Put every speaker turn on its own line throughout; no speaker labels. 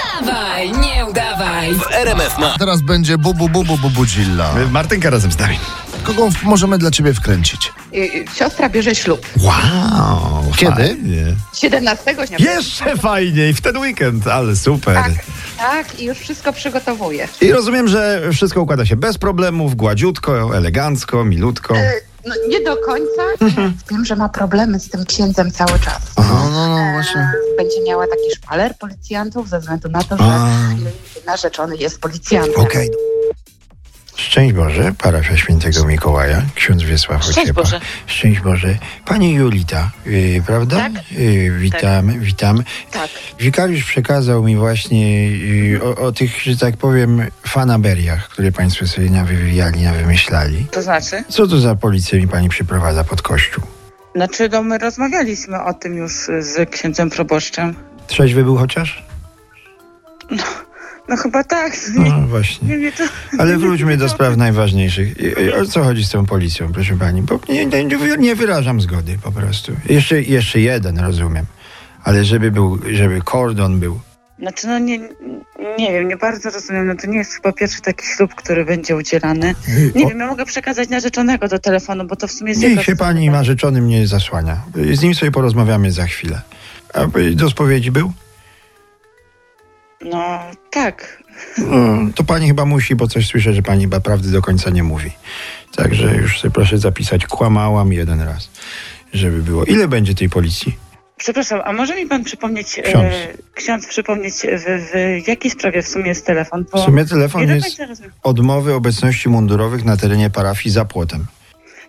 Wstawaj, nie udawaj!
RMF ma.
Teraz będzie bubu bubu bubudzilla.
Martynka razem z nami.
Kogo w- możemy dla ciebie wkręcić?
Y, Siostra bierze ślub.
Wow.
Kiedy?
Fajnie.
17 dnia.
Jeszcze fajniej, w ten weekend, ale super.
Tak, tak, i już wszystko przygotowuje.
I rozumiem, że wszystko układa się bez problemów, gładziutko, elegancko, milutko.
E,
Y, No, nie do końca. Wiem, że ma problemy z tym księdzem cały czas.
No, no, no, właśnie.
Będzie miała taki szpaler policjantów ze względu na to, że
A.
jej narzeczony jest policjantem.
Okej. Szczęść Boże, parafia świętego Mikołaja, ksiądz Wiesław
Szczęść
Ociepa.
Boże.
Szczęść Boże. Pani Julita, yy, prawda?
Tak.
Yy, witam, witam.
Tak.
Wikariusz przekazał mi właśnie yy, o, o tych, że tak powiem, fanaberiach, które państwo sobie nawywijali, nawymyślali.
To znaczy?
Co to za policję mi pani przyprowadza pod kościół?
Znaczy, no my rozmawialiśmy o tym już z księdzem proboszczem.
Trzeźwy był chociaż?
No chyba tak. Nie,
No właśnie.
nie, nie, to...
Ale wróćmy do spraw najważniejszych. I- i O co chodzi z tą policją, proszę pani? Bo nie, nie, nie wy- nie wyrażam zgody po prostu. Jeszcze, jeszcze jeden, rozumiem. Ale żeby był, żeby kordon był.
Znaczy, no nie, nie wiem, nie bardzo rozumiem. No to nie jest chyba pierwszy taki ślub, który będzie udzielany. Nie
O,
wiem, ja mogę przekazać narzeczonego do telefonu, bo to w sumie jest...
niech
jego
się pani
sprawa.
narzeczony mnie zasłania. Z nim sobie porozmawiamy za chwilę. A y, do spowiedzi był?
No tak.
No, to pani chyba musi, bo coś słyszę, że pani chyba prawdy do końca nie mówi. Także już sobie proszę zapisać, kłamałam jeden raz, żeby było. Ile będzie tej policji?
Przepraszam, a może mi pan przypomnieć... e,
Ksiądz.
ksiądz przypomnieć, e, w, w jakiej sprawie w sumie jest telefon?
W
Bo
sumie telefon
nie do
jest
końca rozumiem.
odmowy obecności mundurowych na terenie parafii za płotem.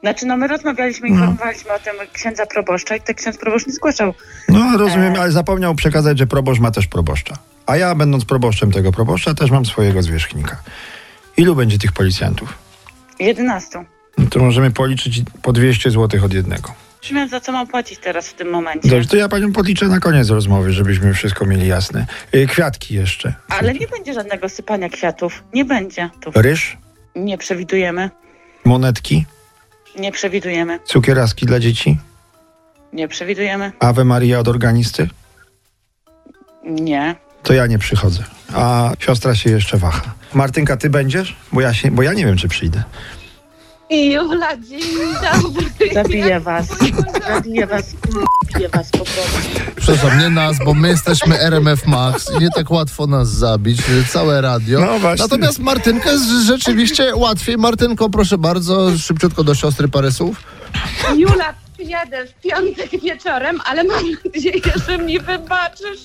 Znaczy, no my rozmawialiśmy, informowaliśmy o tym księdza proboszcza i tak ksiądz proboszcz nie zgłaszał
No rozumiem, ale zapomniał przekazać, że proboszcz ma też proboszcza. A ja, będąc proboszczem tego proboszcza, też mam swojego zwierzchnika. Ilu będzie tych policjantów?
11.
No to możemy policzyć po 200 zł od jednego.
Wiem, za co mam płacić teraz w tym momencie.
Dobrze, to ja panią podliczę na koniec rozmowy, żebyśmy wszystko mieli jasne. Y, Kwiatki jeszcze.
Ale nie będzie żadnego sypania kwiatów. Nie będzie. Tu
Ryż,
nie przewidujemy.
monetki,
Nie przewidujemy.
cukieraski dla dzieci,
Nie przewidujemy.
Ave Maria od organisty.
Nie.
To ja nie przychodzę, a siostra się jeszcze waha. Martynka, ty będziesz? Bo ja, się, bo ja nie wiem, czy przyjdę.
Jula, dzień dobry.
Zabiję was. Zabiję was. Zabiję was po prostu.
Przepraszam, nie nas, bo my jesteśmy RMF Max. Nie tak łatwo nas zabić, y, całe radio.
No właśnie.
Natomiast Martynkę jest rzeczywiście łatwiej. Martynko, proszę bardzo, szybciutko do siostry parę słów.
Jula, przyjadę w piątek wieczorem, ale mam nadzieję, że mi wybaczysz.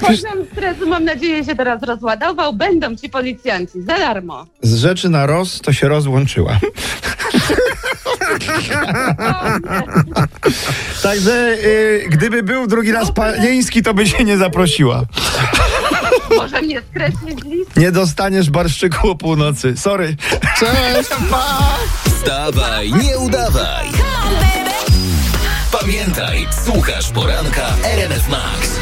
Poziom stresu, mam nadzieję, się teraz rozładował. Będą ci policjanci, za darmo.
Z rzeczy na roz to się rozłączyła. Także y, gdyby był drugi raz
tak.
panieński, to by się nie zaprosiła.
Może mnie skreślić z listy.
Nie dostaniesz barszczyku o północy. Sorry.
Cześć, pa!
Wstawaj, nie udawaj. Pamiętaj, słuchasz poranka RMF Max.